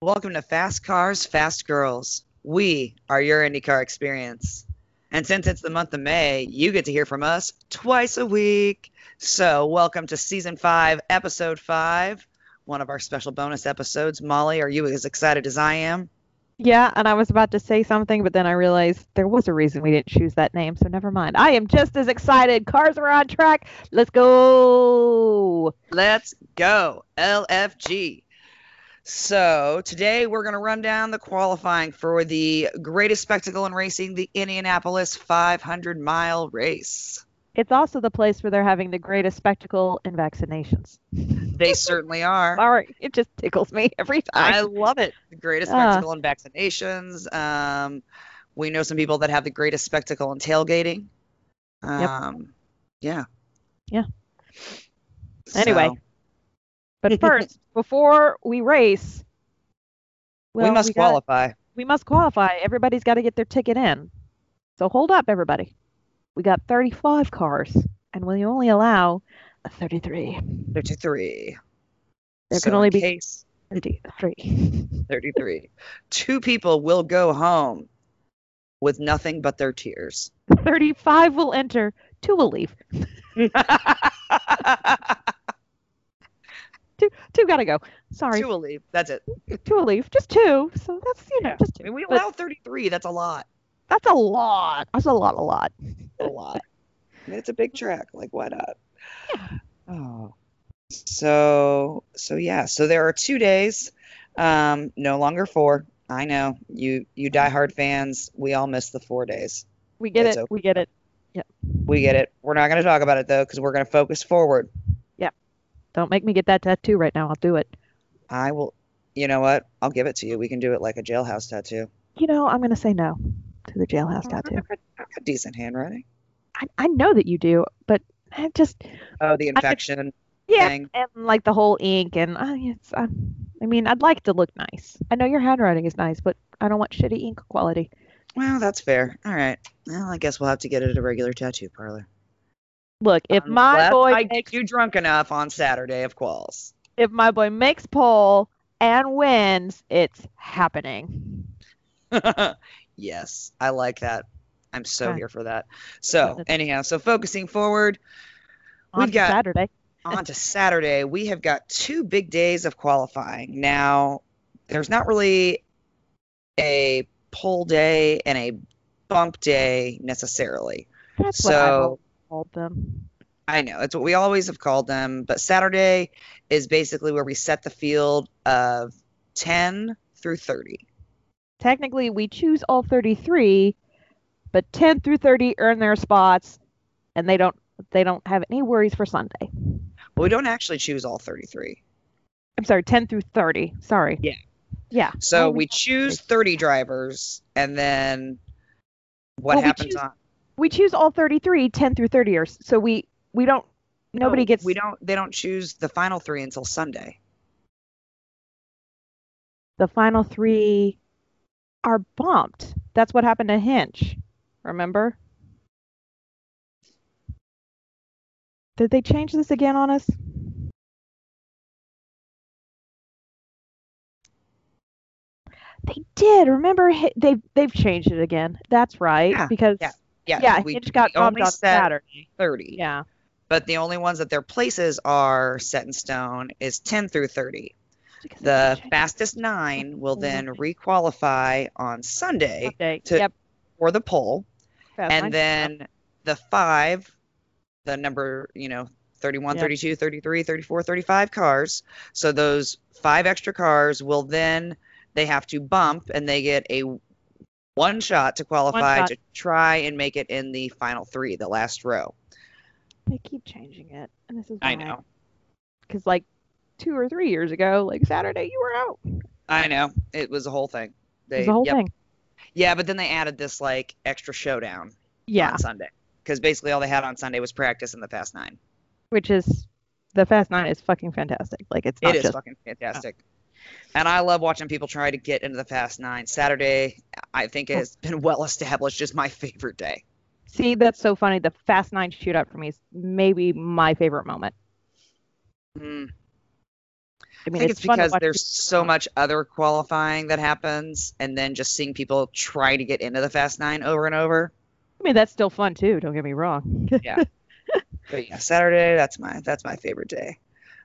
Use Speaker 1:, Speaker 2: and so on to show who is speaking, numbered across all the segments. Speaker 1: Welcome to Fast Cars, Fast Girls. We are your IndyCar experience. And since it's the month of May, you get to hear from us twice a week. So, welcome to season five, episode five, one of our special bonus episodes. Molly, are you as excited as I am?
Speaker 2: Yeah, and I was about to say something, but then I realized there was a reason we didn't choose that name, so never mind. I am just as excited. Cars are on track. Let's go.
Speaker 1: Let's go. LFG. So, today we're going to run down the qualifying for the greatest spectacle in racing, the Indianapolis 500 mile race.
Speaker 2: It's also the place where they're having the greatest spectacle in vaccinations.
Speaker 1: They certainly are.
Speaker 2: Sorry, it just tickles me every time.
Speaker 1: I love it. The greatest spectacle in vaccinations. Um, we know some people that have the greatest spectacle in tailgating. Um,
Speaker 2: Yeah.
Speaker 1: Yeah.
Speaker 2: Anyway,
Speaker 1: So,
Speaker 2: But first, before we race, well,
Speaker 1: we must
Speaker 2: gotta-
Speaker 1: qualify.
Speaker 2: we must qualify. Everybody's got to get their ticket in. So hold up, everybody. We got 35 cars, and we only allow 33.
Speaker 1: 33.
Speaker 2: There
Speaker 1: So
Speaker 2: can only
Speaker 1: in
Speaker 2: be
Speaker 1: case
Speaker 2: 33.
Speaker 1: 33. Two people will go home with nothing but their tears.
Speaker 2: 35 will enter, two will leave. Two got to go. Sorry,
Speaker 1: Two
Speaker 2: two,
Speaker 1: will leave. That's it.
Speaker 2: will leave. Just two. So that's, you know,
Speaker 1: Yeah.
Speaker 2: just
Speaker 1: I
Speaker 2: two.
Speaker 1: mean, we
Speaker 2: But
Speaker 1: allow 33. That's a lot.
Speaker 2: that's a lot. That's a lot, a lot.
Speaker 1: A lot. I mean, it's a big track. Like, why not? Oh. So, so yeah. So there are two days. Um, no longer four. I know you, you diehard fans. We all miss the four days.
Speaker 2: We get
Speaker 1: It's
Speaker 2: it.
Speaker 1: okay.
Speaker 2: We get it.
Speaker 1: We get it. We're not going to talk about it though, because we're going to focus forward.
Speaker 2: Don't make me get that tattoo right now. I'll do it.
Speaker 1: I will. You know what? I'll give it to you. We can do it like a jailhouse tattoo.
Speaker 2: You know, I'm going to say no to the jailhouse tattoo.
Speaker 1: I've got, I've got decent handwriting.
Speaker 2: I, I know that you do, but I just
Speaker 1: Oh, the infection
Speaker 2: yeah,
Speaker 1: thing.
Speaker 2: and like the whole ink and uh, it's. Uh, I mean, I'd like to look nice. I know your handwriting is nice, but I don't want shitty ink quality.
Speaker 1: Well, that's fair. All right. Well, I guess we'll have to get it at a regular tattoo parlor.
Speaker 2: Look, if my
Speaker 1: Unless
Speaker 2: boy
Speaker 1: I
Speaker 2: makes,
Speaker 1: get you drunk enough on Saturday of quals.
Speaker 2: if my boy makes pole and wins, it's happening.
Speaker 1: yes, I like that. I'm so
Speaker 2: Okay.
Speaker 1: here for that. So
Speaker 2: Good.
Speaker 1: anyhow, so focusing forward
Speaker 2: On
Speaker 1: We've got-
Speaker 2: Saturday.
Speaker 1: on to Saturday, we have got two big days of qualifying. Now, there's not really a pull day and a bump day necessarily.
Speaker 2: That's what I've
Speaker 1: so
Speaker 2: always called them.
Speaker 1: I know it's what we always have called them, but Saturday is basically where we set the field of 10 through 30.
Speaker 2: Technically, we choose all 33, but 10 through 30 earn their spots, and they don't they don't have any worries for Sunday.
Speaker 1: But we don't actually choose all 33.
Speaker 2: I'm sorry, 10 through 30. Sorry.
Speaker 1: Yeah.
Speaker 2: Yeah.
Speaker 1: So
Speaker 2: Oh,
Speaker 1: we choose 30 drivers and then what
Speaker 2: Well, we
Speaker 1: happens
Speaker 2: choose-
Speaker 1: on
Speaker 2: we choose all 33, 10 through 30 are so we we don't nobody
Speaker 1: No,
Speaker 2: gets
Speaker 1: we don't they don't choose the final 3 until Sunday.
Speaker 2: the final 3 are bumped. That's what happened to Hinch. Remember? Did they change this again on us? They did. Remember Hi- they they've changed it again. That's right
Speaker 1: Yeah,
Speaker 2: because
Speaker 1: yeah, Yeah, we
Speaker 2: Hinch got
Speaker 1: we
Speaker 2: bumped
Speaker 1: only
Speaker 2: on
Speaker 1: set
Speaker 2: Saturday.
Speaker 1: 30.
Speaker 2: Yeah.
Speaker 1: But the only ones that their places are set in stone is 10 through 30.
Speaker 2: Because they
Speaker 1: The
Speaker 2: keep changing
Speaker 1: fastest nine will then requalify on
Speaker 2: the
Speaker 1: Sunday
Speaker 2: update.
Speaker 1: to-
Speaker 2: yep,
Speaker 1: for the poll,
Speaker 2: fast line.
Speaker 1: and then the five, the number, you know, 31,
Speaker 2: Yeah.
Speaker 1: 32, 33, 34, 35 cars. So those five extra cars will then they have to bump and they get a one shot to qualify
Speaker 2: shot.
Speaker 1: to try and make it in the final three, the last row.
Speaker 2: they keep changing it, and this is
Speaker 1: I know.
Speaker 2: because like two or three years ago, like Saturday, you were out.
Speaker 1: I know. It was a whole thing.
Speaker 2: It
Speaker 1: They,
Speaker 2: was the whole
Speaker 1: yep.
Speaker 2: thing.
Speaker 1: Yeah, but then they added this like extra showdown.
Speaker 2: Yeah,
Speaker 1: on Sunday because basically all they had on Sunday was practice in the past nine.
Speaker 2: which is the fast nine is fucking fantastic. Like it's not
Speaker 1: It is
Speaker 2: just
Speaker 1: fucking fantastic. And I love watching people try to get into the fast nine. Saturday, I think, has been well established as my favorite day.
Speaker 2: see that's so funny. The fast nine shootout for me is maybe my favorite moment.
Speaker 1: Mm.
Speaker 2: I mean,
Speaker 1: think
Speaker 2: it's,
Speaker 1: it's,
Speaker 2: fun to
Speaker 1: because
Speaker 2: watch
Speaker 1: there's
Speaker 2: people
Speaker 1: so
Speaker 2: run.
Speaker 1: much other qualifying that happens, and then just seeing people try to get into the Fast Nine over and over.
Speaker 2: I mean, that's still fun too. Don't get me wrong.
Speaker 1: But yeah, Saturday that's my that's my favorite day.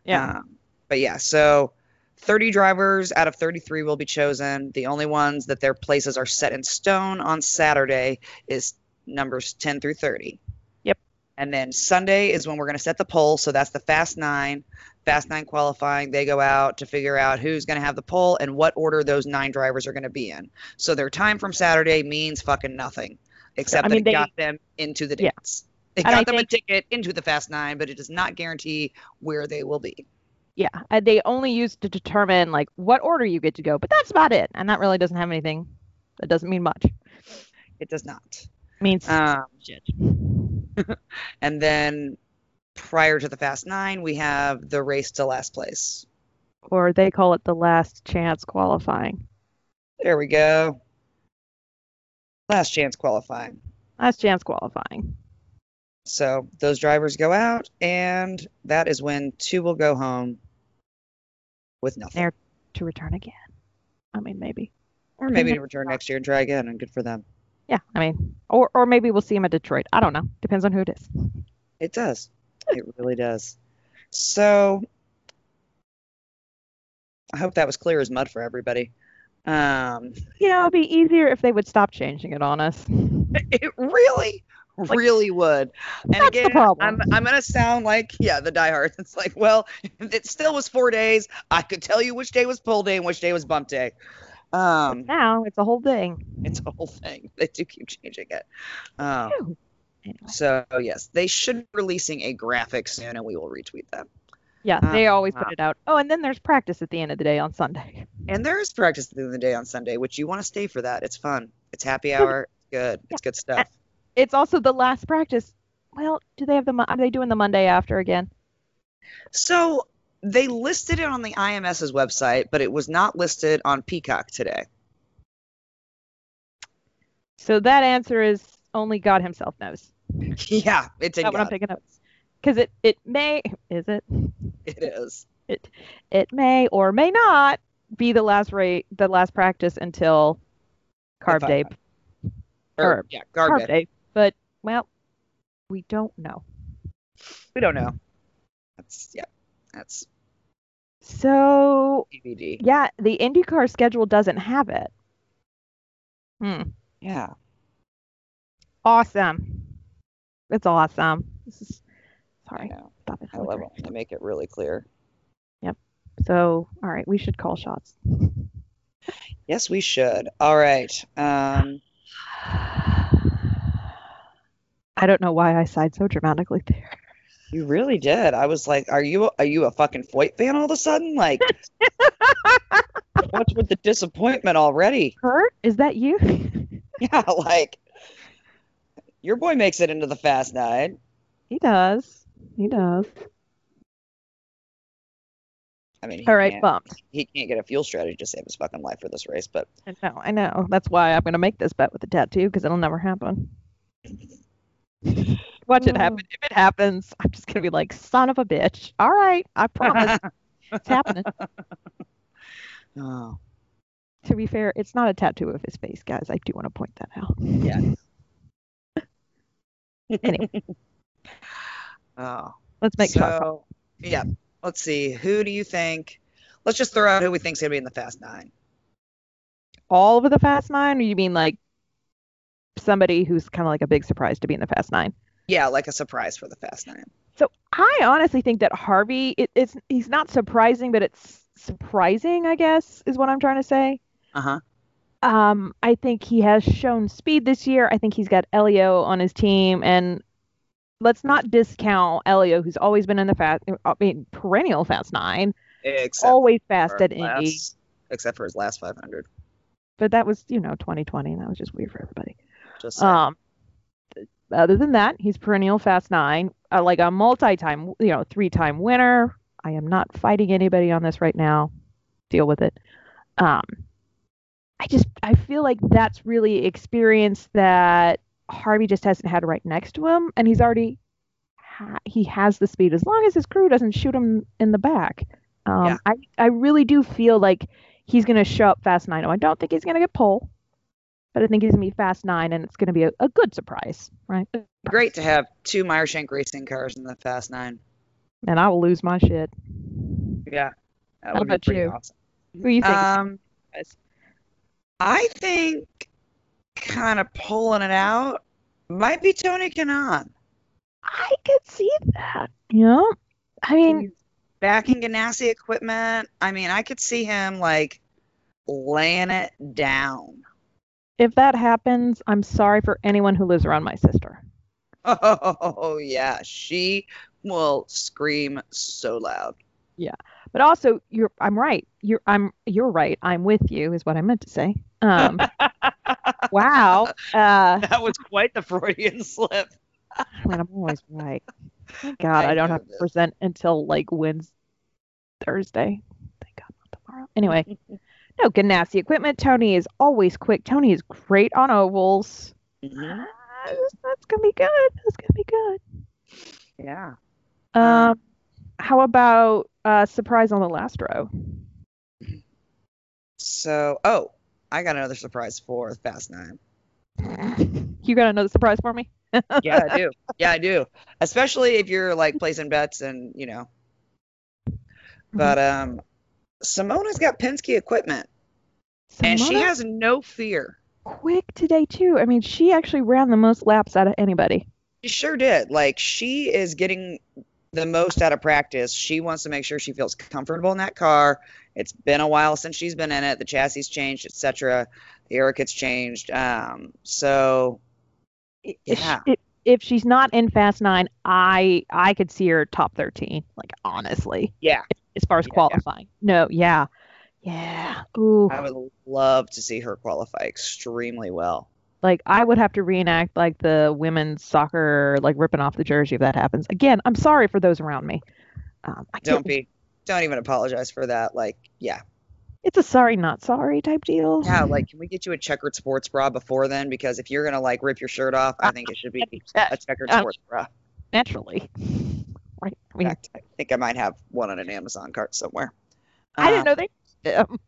Speaker 2: yeah.
Speaker 1: Um, but yeah, so 30 drivers out of 33 will be chosen. The only ones that their places are set in stone on Saturday is numbers 10 through 30.
Speaker 2: Yep.
Speaker 1: And then Sunday is when we're going to set the poll. So that's the Fast Nine. Fast Nine qualifying, they go out to figure out who's going to have the poll and what order those nine drivers are going to be in. So their time from Saturday means fucking nothing, except
Speaker 2: I mean,
Speaker 1: that it
Speaker 2: they-
Speaker 1: got them into the
Speaker 2: Yeah.
Speaker 1: dance. It got
Speaker 2: And I
Speaker 1: them
Speaker 2: think-
Speaker 1: a ticket into the Fast Nine, but it does not guarantee where they will be.
Speaker 2: Yeah. Uh, They only use to determine like what order you get to go, but that's about it. And that really doesn't have anything. That doesn't mean much. It
Speaker 1: It does not.
Speaker 2: means
Speaker 1: Um,
Speaker 2: shit.
Speaker 1: and then prior to the Fast Nine, we have the race to last place.
Speaker 2: Or they call it the last chance qualifying.
Speaker 1: There we go. Last chance qualifying.
Speaker 2: Last chance qualifying.
Speaker 1: So those drivers go out, and that is when two will go home with nothing,
Speaker 2: There- To return again. I mean, maybe.
Speaker 1: or maybe to return next year and try again, and good for them.
Speaker 2: Yeah. I mean, or, or maybe we'll see him at Detroit. I don't know. Depends on who it is.
Speaker 1: It does. It really does. So I hope that was clear as mud for everybody. Um,
Speaker 2: You know, it'd be easier if they would stop changing it on us.
Speaker 1: It really, really would. And
Speaker 2: That's the
Speaker 1: again,
Speaker 2: problem.
Speaker 1: I'm I'm gonna sound like yeah, the diehards. It's like, well, it still was four days. I could tell you which day was pull day and which day was bump day. Um,
Speaker 2: Now it's a whole thing.
Speaker 1: it's a whole thing. They do keep changing it. Um,
Speaker 2: Phew. Anyway.
Speaker 1: so yes, they should be releasing a graphic soon, and we will retweet them.
Speaker 2: Yeah,
Speaker 1: Uh,
Speaker 2: they always
Speaker 1: uh,
Speaker 2: put it out. Oh, and then there's practice at the end of the day on Sunday.
Speaker 1: And there is practice at the end of the day on Sunday, which you want to stay for that. It's fun. It's happy hour. It's good. It's good stuff.
Speaker 2: It's also the last practice. Well, do they have the? Mo- Are they doing the Monday after again?
Speaker 1: So they listed it on the IMS's website, but it was not listed on Peacock today.
Speaker 2: So that answer is only God Himself knows.
Speaker 1: Yeah, it's a
Speaker 2: That's what I'm
Speaker 1: gut.
Speaker 2: picking up. Because it it may is it
Speaker 1: It is.
Speaker 2: it may or may not be the last rate the last practice until carb
Speaker 1: If I-
Speaker 2: day
Speaker 1: Or,
Speaker 2: Garb.
Speaker 1: yeah, garb
Speaker 2: carb
Speaker 1: day.
Speaker 2: day. But well, we don't know.
Speaker 1: We don't know. That's yeah. That's
Speaker 2: So
Speaker 1: DVD.
Speaker 2: yeah, the IndyCar schedule doesn't have it. Hmm.
Speaker 1: Yeah.
Speaker 2: Awesome. It's awesome. This is
Speaker 1: I
Speaker 2: sorry.
Speaker 1: know.
Speaker 2: Stop it.
Speaker 1: I love it. when They make it really clear.
Speaker 2: So, all right, we should call shots.
Speaker 1: Yes, we should. All right. Um,
Speaker 2: I don't know why I sighed so dramatically there.
Speaker 1: you really did. I was like, are you are you a fucking Foyt fan all of a sudden? Like, what's with the disappointment already?
Speaker 2: Kurt, is that you?
Speaker 1: Yeah, like your boy makes it into the fast nine.
Speaker 2: he does. He does.
Speaker 1: I mean, he
Speaker 2: All right,
Speaker 1: can't,
Speaker 2: bumped.
Speaker 1: he can't get a fuel strategy to save his fucking life for this race, but
Speaker 2: I know. I know. That's why I'm gonna make this bet with the tattoo because it'll never happen. Watch it happen. If it happens, I'm just gonna be like, son of a bitch. All right, I promise. it's happening.
Speaker 1: oh,
Speaker 2: To be fair, it's not a tattoo of his face, guys. I do want to point that out.
Speaker 1: yeah.
Speaker 2: Anyway.
Speaker 1: Oh.
Speaker 2: Let's make shots.
Speaker 1: so, yeah. Let's see. Who do you think? Let's just throw out who we think's gonna be in the Fast Nine.
Speaker 2: all over the Fast Nine, or you mean like somebody who's kind of like a big surprise to be in the Fast Nine?
Speaker 1: Yeah, like a surprise for the Fast Nine.
Speaker 2: So I honestly think that Harvey, it, it's he's not surprising, but it's surprising, I guess, is what I'm trying to say.
Speaker 1: Uh huh.
Speaker 2: Um, I think he has shown speed this year. I think he's got Elio on his team, and let's not discount Elio, who's always been in the fast, uh, I mean, perennial Fast Nine,
Speaker 1: Except
Speaker 2: always
Speaker 1: for
Speaker 2: fast at
Speaker 1: his
Speaker 2: Indy.
Speaker 1: last- except for his last 500.
Speaker 2: But that was, you know, 2020, and that was just weird for everybody.
Speaker 1: Just saying.
Speaker 2: Um, th- other than that, he's perennial fast nine, uh, like a multi-time, you know, three-time winner. I am not fighting anybody on this right now. Deal with it. Um, I just I feel like that's really experience that Harvey just hasn't had right next to him, and he's already ha- he has the speed as long as his crew doesn't shoot him in the back. Um,
Speaker 1: Yeah.
Speaker 2: I I really do feel like he's gonna show up Fast Nine. Oh, I don't think he's gonna get pole, but I think he's gonna be Fast Nine, and it's gonna be a, a good surprise, right?
Speaker 1: Great to have two Meyershank racing cars in the Fast Nine.
Speaker 2: And I will lose my shit.
Speaker 1: Yeah. That
Speaker 2: How
Speaker 1: would be
Speaker 2: about
Speaker 1: pretty
Speaker 2: you?
Speaker 1: awesome.
Speaker 2: Who do you think?
Speaker 1: Um,
Speaker 2: guys?
Speaker 1: I think kind of pulling it out might be Tony Kanon.
Speaker 2: I could see that. Yeah. I mean,
Speaker 1: Backing Ganassi equipment. I mean, I could see him like laying it down.
Speaker 2: if that happens, I'm sorry for anyone who lives around my sister.
Speaker 1: Oh, yeah. She will scream so loud.
Speaker 2: But also, you're I'm right. You're I'm you're right. I'm with you is what I meant to say. Um, wow. Uh,
Speaker 1: That was quite the Freudian slip.
Speaker 2: man, I'm always right. Thank God
Speaker 1: I
Speaker 2: I, don't
Speaker 1: know
Speaker 2: have to
Speaker 1: this.
Speaker 2: present until like Wednesday, Thursday. Thank God not tomorrow. Anyway, no Ganassi equipment. Tony is always quick. Tony is great on ovals.
Speaker 1: Mhm.
Speaker 2: Ah, That's gonna be good. That's gonna be good.
Speaker 1: Yeah. Um,
Speaker 2: Um, how about uh, surprise on the last row?
Speaker 1: So, oh, I got another surprise for Fast Nine.
Speaker 2: you got another surprise for me?
Speaker 1: yeah, I do. Yeah, I do. Especially if you're like placing bets and you know. But um, Simona's got Penske equipment, and she
Speaker 2: Simona,
Speaker 1: has no fear.
Speaker 2: quick today too. I mean, she actually ran the most laps out of anybody.
Speaker 1: She sure did. Like she is getting the most out of practice. She wants to make sure she feels comfortable in that car. It's been a while since she's been in it. The chassis changed, etc. The air kit's changed. Um, so
Speaker 2: I- If, she-
Speaker 1: Yeah.
Speaker 2: if, if she's not in Fast Nine, I I could see her top thirteen. Like honestly,
Speaker 1: yeah,
Speaker 2: as far as
Speaker 1: Yeah, yeah.
Speaker 2: qualifying. No, yeah, yeah. Ooh,
Speaker 1: I would love to see her qualify extremely well.
Speaker 2: like I would have to reenact like the women's soccer, like ripping off the jersey if that happens. Again, I'm sorry for those around me. Um, I can't
Speaker 1: Don't be. Don't even apologize for that. Like, yeah.
Speaker 2: it's a sorry not sorry type deal.
Speaker 1: Yeah, like can we get you a checkered sports bra before then? Because if you're gonna like rip your shirt off, I think it should be
Speaker 2: Yeah,
Speaker 1: a checkered
Speaker 2: Um,
Speaker 1: sports bra.
Speaker 2: naturally. Right. I,
Speaker 1: In
Speaker 2: mean,
Speaker 1: fact, I think I might have one on an Amazon cart somewhere.
Speaker 2: I didn't
Speaker 1: Um,
Speaker 2: know they. Um,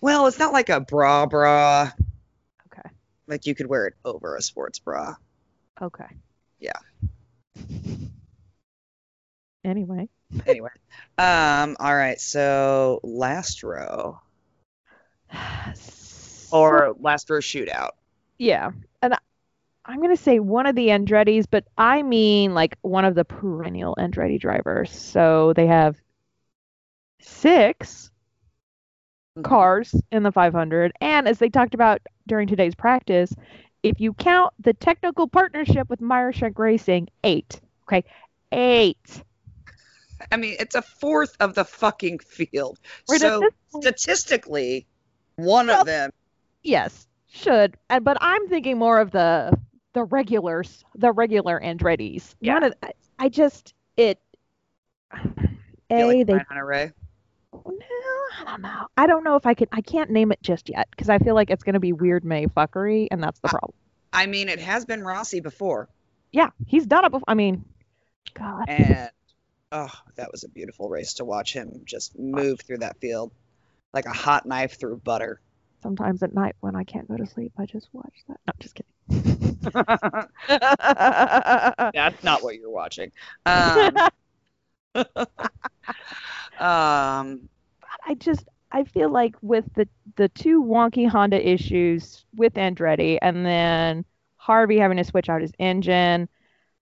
Speaker 1: Well, it's not like a bra bra.
Speaker 2: Okay.
Speaker 1: Like you could wear it over a sports bra.
Speaker 2: okay.
Speaker 1: Yeah.
Speaker 2: Anyway,
Speaker 1: Anyway. um. All right. So last row
Speaker 2: So-
Speaker 1: or last row shootout.
Speaker 2: yeah, and I, I'm gonna say one of the Andretti's, but I mean like one of the perennial Andretti drivers. So they have six
Speaker 1: Mm-hmm.
Speaker 2: cars in the 500, and as they talked about during today's practice, if you count the technical partnership with Myershank Racing, eight. Okay, eight.
Speaker 1: I mean, it's a fourth of the fucking field.
Speaker 2: Right, at
Speaker 1: so
Speaker 2: this point-
Speaker 1: statistically, one
Speaker 2: Well,
Speaker 1: of them
Speaker 2: Yes, should. And but I'm thinking more of the the regulars, the regular Andretti's.
Speaker 1: Yeah.
Speaker 2: None of I, I just it.
Speaker 1: feel
Speaker 2: A
Speaker 1: like
Speaker 2: they
Speaker 1: Ryan Hunter Ray.
Speaker 2: no, I don't know. I don't know if I can. I can't name it just yet because I feel like it's gonna be weird May fuckery, and
Speaker 1: Ah.
Speaker 2: that's the problem.
Speaker 1: I mean, it has been Rossi before,
Speaker 2: Yeah, he's done it before. I mean, God,
Speaker 1: and oh, that was a beautiful race to watch him just move through that field like a hot knife through butter.
Speaker 2: sometimes at night when I can't go to sleep, I just watch that. No, just kidding.
Speaker 1: That's not what you're watching. Um, um,
Speaker 2: I just I feel like with the the two wonky Honda issues with Andretti and then Harvey having to switch out his engine,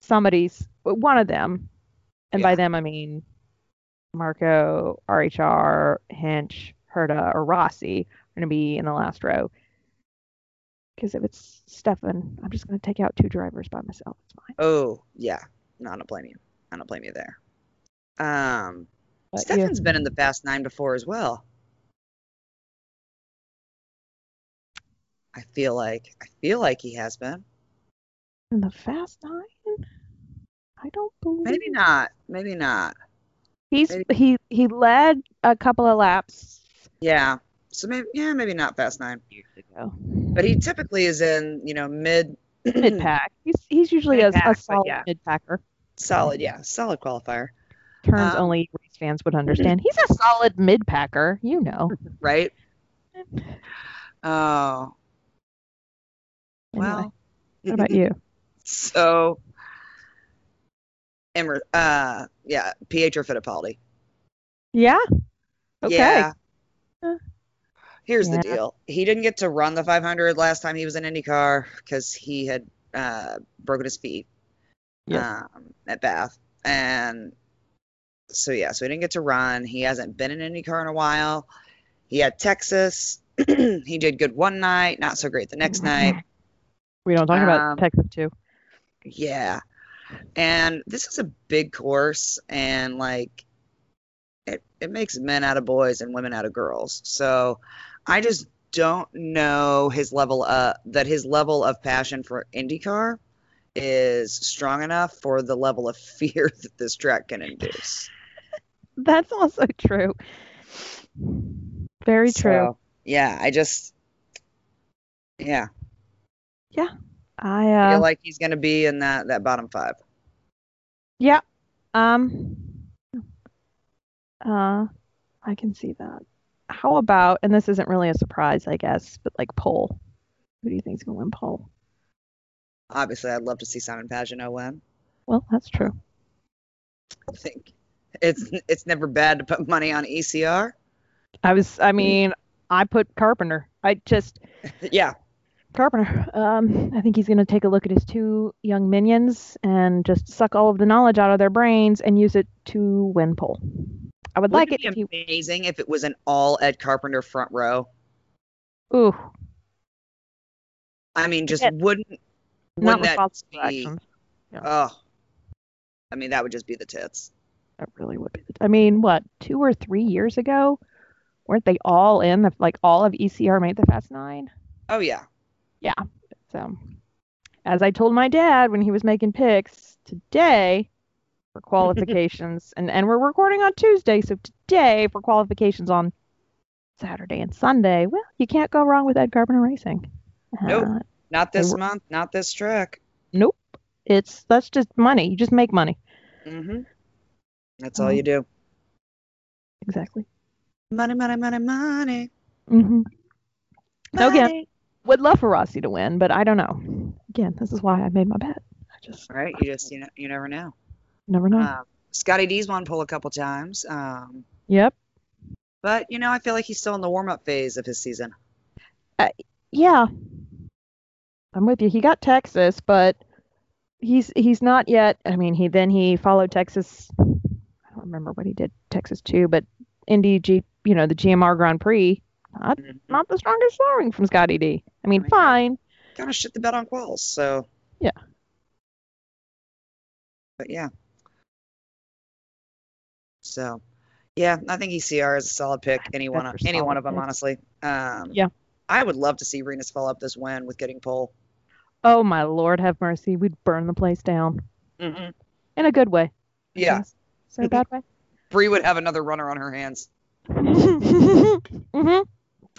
Speaker 2: somebody's one of them, and by
Speaker 1: Yeah.
Speaker 2: them I mean Marco, RHR, Hinch, Herta, or Rossi are going to be in the last row. Because if it's Stefan, I'm just going to take out two drivers by myself. It's fine.
Speaker 1: oh yeah, no, I don't blame you. I don't blame you there. Um,
Speaker 2: But yeah.
Speaker 1: Stefan's been in the Fast Nine before as well. I feel like I feel like he has been.
Speaker 2: in the fast nine, I don't believe.
Speaker 1: Maybe not. Maybe not.
Speaker 2: He's he he led a couple of laps
Speaker 1: Yeah. So maybe yeah, maybe not Fast Nine.
Speaker 2: years ago.
Speaker 1: But he typically is in, you know, mid
Speaker 2: Mid pack. He's he's usually a,
Speaker 1: Mid-pack,
Speaker 2: a
Speaker 1: but
Speaker 2: solid
Speaker 1: yeah.
Speaker 2: mid packer.
Speaker 1: solid, yeah, solid qualifier.
Speaker 2: Turns
Speaker 1: Um,
Speaker 2: only race fans would understand. He's a solid mid packer, you know.
Speaker 1: right? Oh,
Speaker 2: Anyway,
Speaker 1: well.
Speaker 2: what about you?
Speaker 1: So, Emer- uh, yeah, Pietro Fittipaldi.
Speaker 2: Yeah. Okay.
Speaker 1: Yeah.
Speaker 2: Huh.
Speaker 1: Here's the
Speaker 2: Yeah.
Speaker 1: deal. He didn't get to run the 500 last time he was in IndyCar because he had uh, broken his feet
Speaker 2: Yes.
Speaker 1: um, at Bath. And so, yeah, so he didn't get to run. He hasn't been in IndyCar in a while. He had Texas. he did good one night, not so great the
Speaker 2: Mm-hmm.
Speaker 1: next night.
Speaker 2: We don't talk about
Speaker 1: Um,
Speaker 2: Texas too.
Speaker 1: Yeah. And this is a big course and like it it makes men out of boys and women out of girls. So I just don't know his level uh that his level of passion for IndyCar is strong enough for the level of fear that this track can induce.
Speaker 2: That's also true. Very true.
Speaker 1: So, yeah, I just yeah,
Speaker 2: I
Speaker 1: I
Speaker 2: uh,
Speaker 1: feel like he's gonna be in that that bottom five.
Speaker 2: yeah. Um. Uh, I can see that. How about? And this isn't really a surprise, I guess, but like poll. Who do you think's gonna win poll?
Speaker 1: Obviously, I'd love to see Simon Pagenaud win.
Speaker 2: Well, that's true.
Speaker 1: I think it's it's never bad to put money on E ECR.
Speaker 2: I was. I mean, I put Carpenter. I just
Speaker 1: Yeah,
Speaker 2: Carpenter. Um, I think he's going to take a look at his two young minions and just suck all of the knowledge out of their brains and use it to win poll. I would like it
Speaker 1: Wouldn't
Speaker 2: if he.
Speaker 1: it be amazing if it was an all Ed Carpenter front row.
Speaker 2: Ooh,
Speaker 1: I mean, just
Speaker 2: Yeah.
Speaker 1: wouldn't wouldn't
Speaker 2: not with
Speaker 1: that
Speaker 2: responsible
Speaker 1: be-
Speaker 2: actions.
Speaker 1: oh, I mean that would just be the tits.
Speaker 2: That really would be. The, I mean, what two or three years ago, weren't they all in the like all of ECR made the Fast Nine?
Speaker 1: Oh yeah,
Speaker 2: So, as I told my dad when he was making picks today for qualifications, and, and we're recording on Tuesday, so today for qualifications on Saturday and Sunday, well, you can't go wrong with Ed Carpenter Racing.
Speaker 1: Nope.
Speaker 2: Uh,
Speaker 1: not this
Speaker 2: were-
Speaker 1: month, not this track.
Speaker 2: nope. It's that's just money. You just make money.
Speaker 1: hmm That's all you
Speaker 2: Mm-hmm.
Speaker 1: do.
Speaker 2: Exactly.
Speaker 1: Money, money, money, money.
Speaker 2: hmm Okay.
Speaker 1: money.
Speaker 2: Would love for Rossi to win, but I don't know. Again, this is why I made my bet. I just
Speaker 1: Right? You just you know you never know.
Speaker 2: never know.
Speaker 1: Um, Scotty D's won pull a couple times, um,
Speaker 2: yep.
Speaker 1: but you know I feel like he's still in the warm up phase of his season.
Speaker 2: Yeah. I'm with you. He got Texas, but he's he's not yet I mean he then he followed Texas I don't remember what he did Texas too, but Indy G you know, the GMR Grand Prix, not not the strongest showing from Scotty D. I mean,
Speaker 1: Right.
Speaker 2: fine.
Speaker 1: kind of shit the bed on quals. So
Speaker 2: Yeah.
Speaker 1: But yeah. So yeah, I think ECR is a solid pick. Any one,
Speaker 2: That's a
Speaker 1: any one
Speaker 2: solid
Speaker 1: of them,
Speaker 2: pick.
Speaker 1: honestly. Um,
Speaker 2: Yeah.
Speaker 1: I would love to see Renus follow up this win with getting pole.
Speaker 2: Oh my lord have mercy. We'd burn the place down.
Speaker 1: Mm-hmm.
Speaker 2: In a good way. I
Speaker 1: Yeah,
Speaker 2: guess. Is there a bad way?
Speaker 1: Bree would have another runner on her hands. Mm-hmm.
Speaker 2: hmm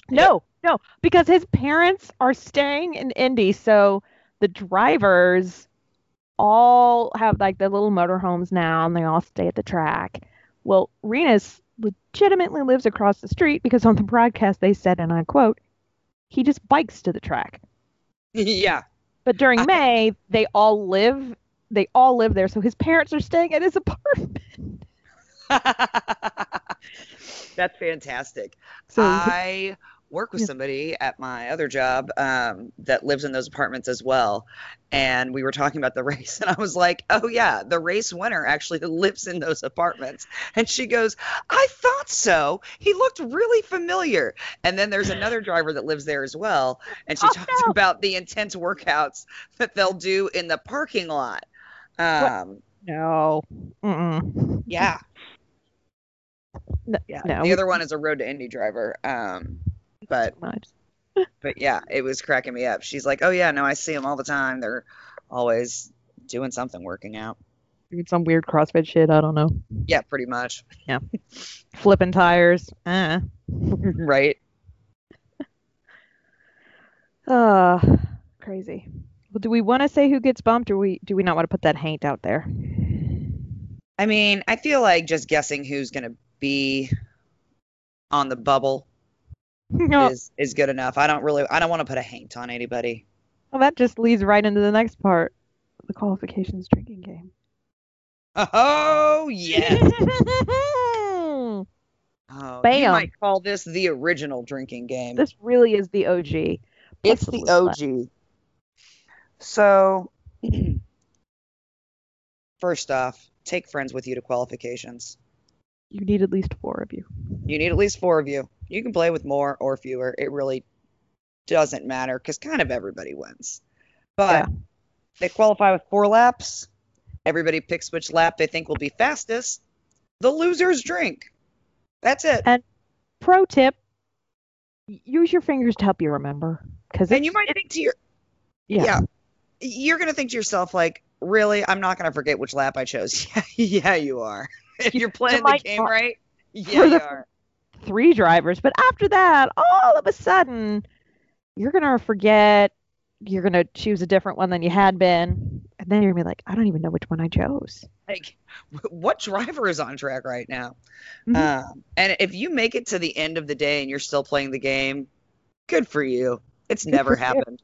Speaker 2: No, no, because his parents are staying in Indy, so the drivers all have like their little motorhomes now, and they all stay at the track. Well, Renus legitimately lives across the street because on the broadcast they said, and I quote, "He just bikes to the track."
Speaker 1: yeah,
Speaker 2: But during
Speaker 1: I-
Speaker 2: May, they all live they all live there, so his parents are staying at his apartment.
Speaker 1: that's fantastic.
Speaker 2: So
Speaker 1: I work with
Speaker 2: Yeah.
Speaker 1: somebody at my other job um, that lives in those apartments as well. And we were talking about the race, and I was like, oh, yeah, the race winner actually lives in those apartments. And she goes, I thought so. He looked really familiar. And then there's another driver that lives there as well. And she
Speaker 2: Oh,
Speaker 1: talks
Speaker 2: no.
Speaker 1: about the intense workouts that they'll do in the parking lot. Um,
Speaker 2: no, Mm-mm.
Speaker 1: yeah.
Speaker 2: No,
Speaker 1: yeah.
Speaker 2: no.
Speaker 1: The other one is a road to Indy driver. Um, but
Speaker 2: much.
Speaker 1: but yeah, it was cracking me up. She's like, "Oh yeah, no, I see them all the time. They're always doing something, working out."
Speaker 2: doing some weird CrossFit shit. I don't know.
Speaker 1: Yeah, pretty much,
Speaker 2: Flipping tires. Uh.
Speaker 1: right?
Speaker 2: Uh, crazy. Well, do we want to say who gets bumped, or we do we not want to put that haint out there?
Speaker 1: I mean, I feel like just guessing who's going to be on the bubble
Speaker 2: No,
Speaker 1: is, is good enough. I don't really, I don't want to put a haint on anybody.
Speaker 2: well, that just leads right into the next part, the qualifications drinking game.
Speaker 1: Oh, yes. Oh, You
Speaker 2: Bam.
Speaker 1: might call this the original drinking game.
Speaker 2: this really is the OG.
Speaker 1: It's
Speaker 2: Possibly
Speaker 1: the
Speaker 2: not.
Speaker 1: OG. So, first off, take friends with you to qualifications.
Speaker 2: You need at least four of you.
Speaker 1: You need at least four of you. You can play with more or fewer. It really doesn't matter because kind of everybody wins. But they qualify with four laps. Everybody picks which lap they think will be fastest. The losers drink. That's it.
Speaker 2: Pro tip: y- use your fingers to help you remember, because
Speaker 1: And you might think to your
Speaker 2: yeah,
Speaker 1: yeah. you're gonna think to yourself like really i'm not gonna forget which lap i chose yeah, yeah you are if
Speaker 2: You-
Speaker 1: you're playing the
Speaker 2: might
Speaker 1: game
Speaker 2: not.
Speaker 1: right yeah you
Speaker 2: the-
Speaker 1: are
Speaker 2: three drivers. But after that, all of a sudden, you're gonna forget. You're gonna choose a different one than you had been, and then you're gonna be like, I don't even know which one I chose.
Speaker 1: like wh- what driver is on track right now
Speaker 2: Mhm.
Speaker 1: um, and if you make it to the end of the day and you're still playing the game good for you it's never
Speaker 2: for you.
Speaker 1: happened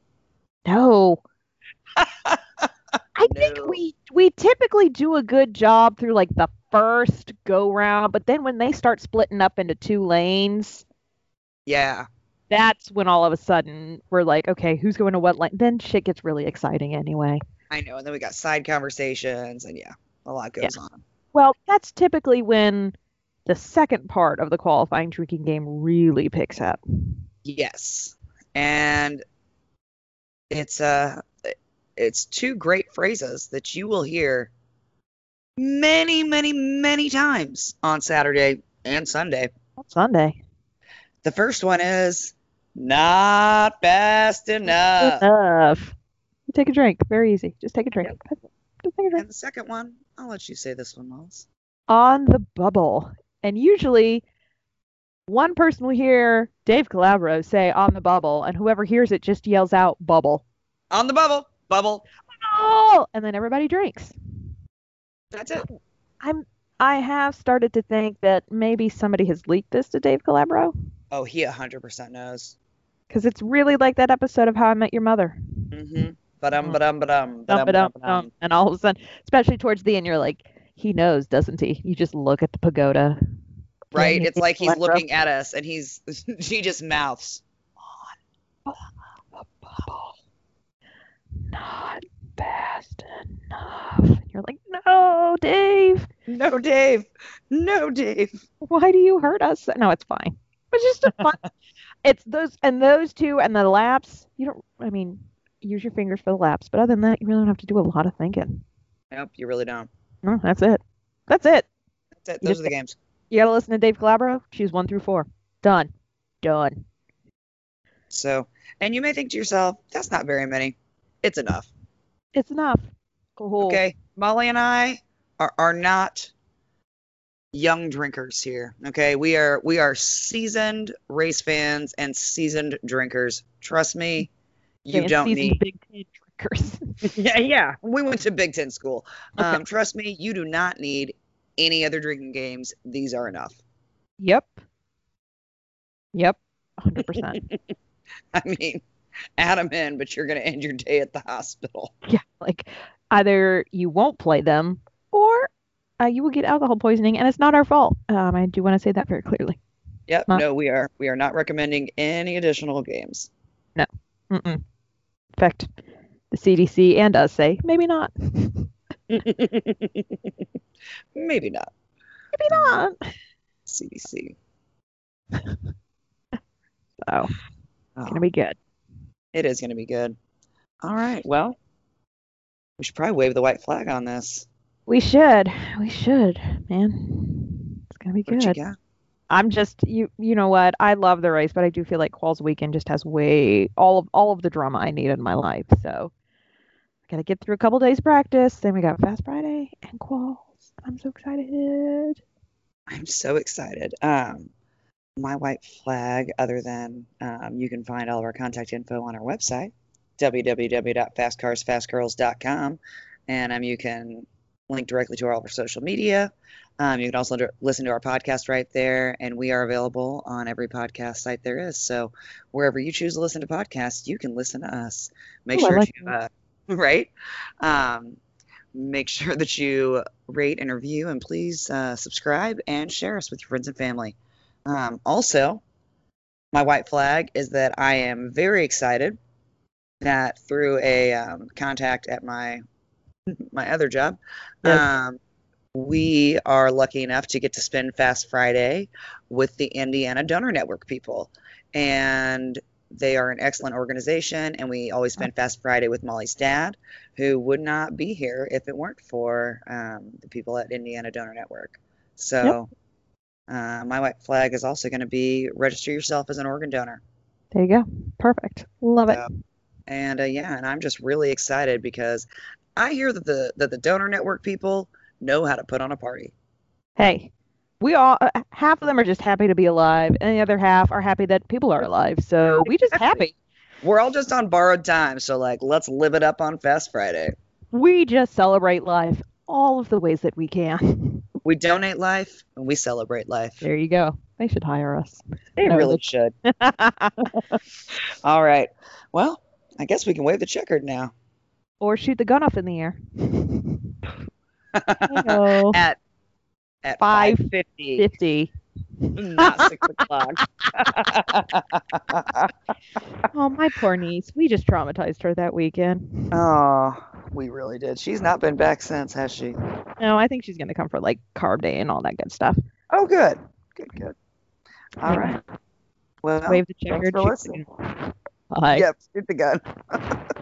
Speaker 2: No. I think
Speaker 1: No.
Speaker 2: we we typically do a good job through like the first go round, but then when they start splitting up into two lanes,
Speaker 1: yeah
Speaker 2: that's when all of a sudden we're like, okay, who's going to what lane? Then shit gets really exciting anyway.
Speaker 1: i know and then we got side conversations and yeah a lot
Speaker 2: Yeah.
Speaker 1: goes on
Speaker 2: Well, that's typically when the second part of the qualifying drinking game really picks up.
Speaker 1: yes and it's uh it's two great phrases that you will hear many, many, many times on Saturday and Sunday.
Speaker 2: On Sunday.
Speaker 1: The first one is not fast enough.
Speaker 2: Enough. You take a drink. Very easy. Just take a drink. Just take a drink.
Speaker 1: And the second one, I'll let you say this one, Miles.
Speaker 2: on the bubble. And usually one person will hear Dave Calabro say on the bubble, and whoever hears it just yells out bubble.
Speaker 1: On the bubble, bubble.
Speaker 2: Oh! And then everybody drinks.
Speaker 1: That's it.
Speaker 2: I'm I have started to think that maybe somebody has leaked this to Dave Calabro
Speaker 1: Oh, he 100% knows.
Speaker 2: because it's really like that episode of How I Met Your Mother.
Speaker 1: Mm-hmm. Ba-dum, ba-dum, ba-dum,
Speaker 2: Dum,
Speaker 1: ba-dum, ba-dum,
Speaker 2: ba-dum, dum. And all of a sudden, especially towards the end, you're like, he knows, doesn't he? You just look at the pagoda.
Speaker 1: Right?
Speaker 2: Yeah,
Speaker 1: It's like he's
Speaker 2: Electro.
Speaker 1: looking at us and he's he just mouths.
Speaker 2: not fast enough. And you're like, no, Dave,
Speaker 1: No, Dave. No, Dave.
Speaker 2: why do you hurt us? No, it's fine. It's just a fun. it's those and those two and the laps. You don't. I mean, use your fingers for the laps, but other than that, you really don't have to do a lot of thinking.
Speaker 1: Nope, you really don't.
Speaker 2: No, that's it. That's it.
Speaker 1: That's it.
Speaker 2: You
Speaker 1: Those
Speaker 2: just-
Speaker 1: are the games.
Speaker 2: You gotta listen to Dave Calabro. Choose one through four. Done. Done.
Speaker 1: So, and you may think to yourself, that's not very many. It's enough.
Speaker 2: It's enough. Cool.
Speaker 1: Okay. Molly and I are, are not young drinkers here. Okay. We are we are seasoned race fans and seasoned drinkers. Trust me, you
Speaker 2: And
Speaker 1: don't
Speaker 2: seasoned
Speaker 1: need
Speaker 2: Big Ten drinkers.
Speaker 1: Yeah, yeah. We went to Big Ten school.
Speaker 2: Okay.
Speaker 1: Um, trust me, you do not need any other drinking games. These are enough.
Speaker 2: yep. Yep. 100. percent
Speaker 1: I mean, add them in, but you're gonna end your day at the hospital.
Speaker 2: Yeah, like either you won't play them or uh, you will get alcohol poisoning, and it's not our fault. Um, I do want to say that very clearly.
Speaker 1: Yep.
Speaker 2: Huh.
Speaker 1: No, we are we are not recommending any additional games.
Speaker 2: Mm-mm. In fact, the CDC and us say maybe not, maybe
Speaker 1: Maybe not.
Speaker 2: not.
Speaker 1: CDC.
Speaker 2: So
Speaker 1: Oh,
Speaker 2: gonna be good.
Speaker 1: it is going to be good. All right. Well, we should probably wave the white flag on this.
Speaker 2: We should, we should, man. It's gonna be
Speaker 1: What you
Speaker 2: good.
Speaker 1: got?
Speaker 2: I'm just you, you know what? I love the race, but I do feel like Qualls Weekend just has way all of all of the drama I need in my life. So I gotta get through a couple days practice. Then we got Fast Friday and Qualls. I'm so excited.
Speaker 1: I'm so excited. Um, my white flag, other than um, you can find all of our contact info on our website, www.fastcarsfastgirls.com. And um, you can link directly to all of our social media. Um, you can also under- listen to our podcast right there, and we are available on every podcast site there is. So wherever you choose to listen to podcasts, you can listen to us. Make
Speaker 2: Ooh, I
Speaker 1: sure
Speaker 2: like
Speaker 1: to, uh, right? Um, make sure that you rate and review, and please uh, subscribe and share us with your friends and family. Um, also, my white flag is that I am very excited that through a um, contact at my my other job,
Speaker 2: Yes.
Speaker 1: um, we are lucky enough to get to spend Fast Friday with the Indiana Donor Network people, and they are an excellent organization. And we always spend Fast Friday with Molly's dad, who would not be here if it weren't for um, the people at Indiana Donor Network. So. Uh, my white flag is also going to be register yourself as an organ donor.
Speaker 2: There you go. Perfect. Love it.
Speaker 1: Yeah. And uh, yeah, and I'm just really excited because I hear that the that the donor network people know how to put on a party.
Speaker 2: Hey, we all uh, half of them are just happy to be alive, and the other half are happy that people are alive. So we just happy.
Speaker 1: We're all just on borrowed time, so like let's live it up on Fast Friday.
Speaker 2: We just celebrate life all of the ways that we can.
Speaker 1: We donate life and we celebrate life.
Speaker 2: There you go. They should hire us.
Speaker 1: They
Speaker 2: No,
Speaker 1: really
Speaker 2: that's-
Speaker 1: should. All right. Well, I guess we can wave the checkered now.
Speaker 2: or shoot the gun off in the air. Hello.
Speaker 1: At at
Speaker 2: Five
Speaker 1: five fifty,
Speaker 2: 50.
Speaker 1: not six o'clock.
Speaker 2: Oh, my poor niece. We just traumatized her that weekend.
Speaker 1: Oh, we really did. She's not been back since, has she?
Speaker 2: No, I think she's going to come for like carb day and all that good stuff.
Speaker 1: Oh, good. Good, good. All right. Well,
Speaker 2: Wave the
Speaker 1: thanks
Speaker 2: checkered.
Speaker 1: for
Speaker 2: shoot the
Speaker 1: listening.
Speaker 2: gun. Bye.
Speaker 1: Yep, shoot the gun.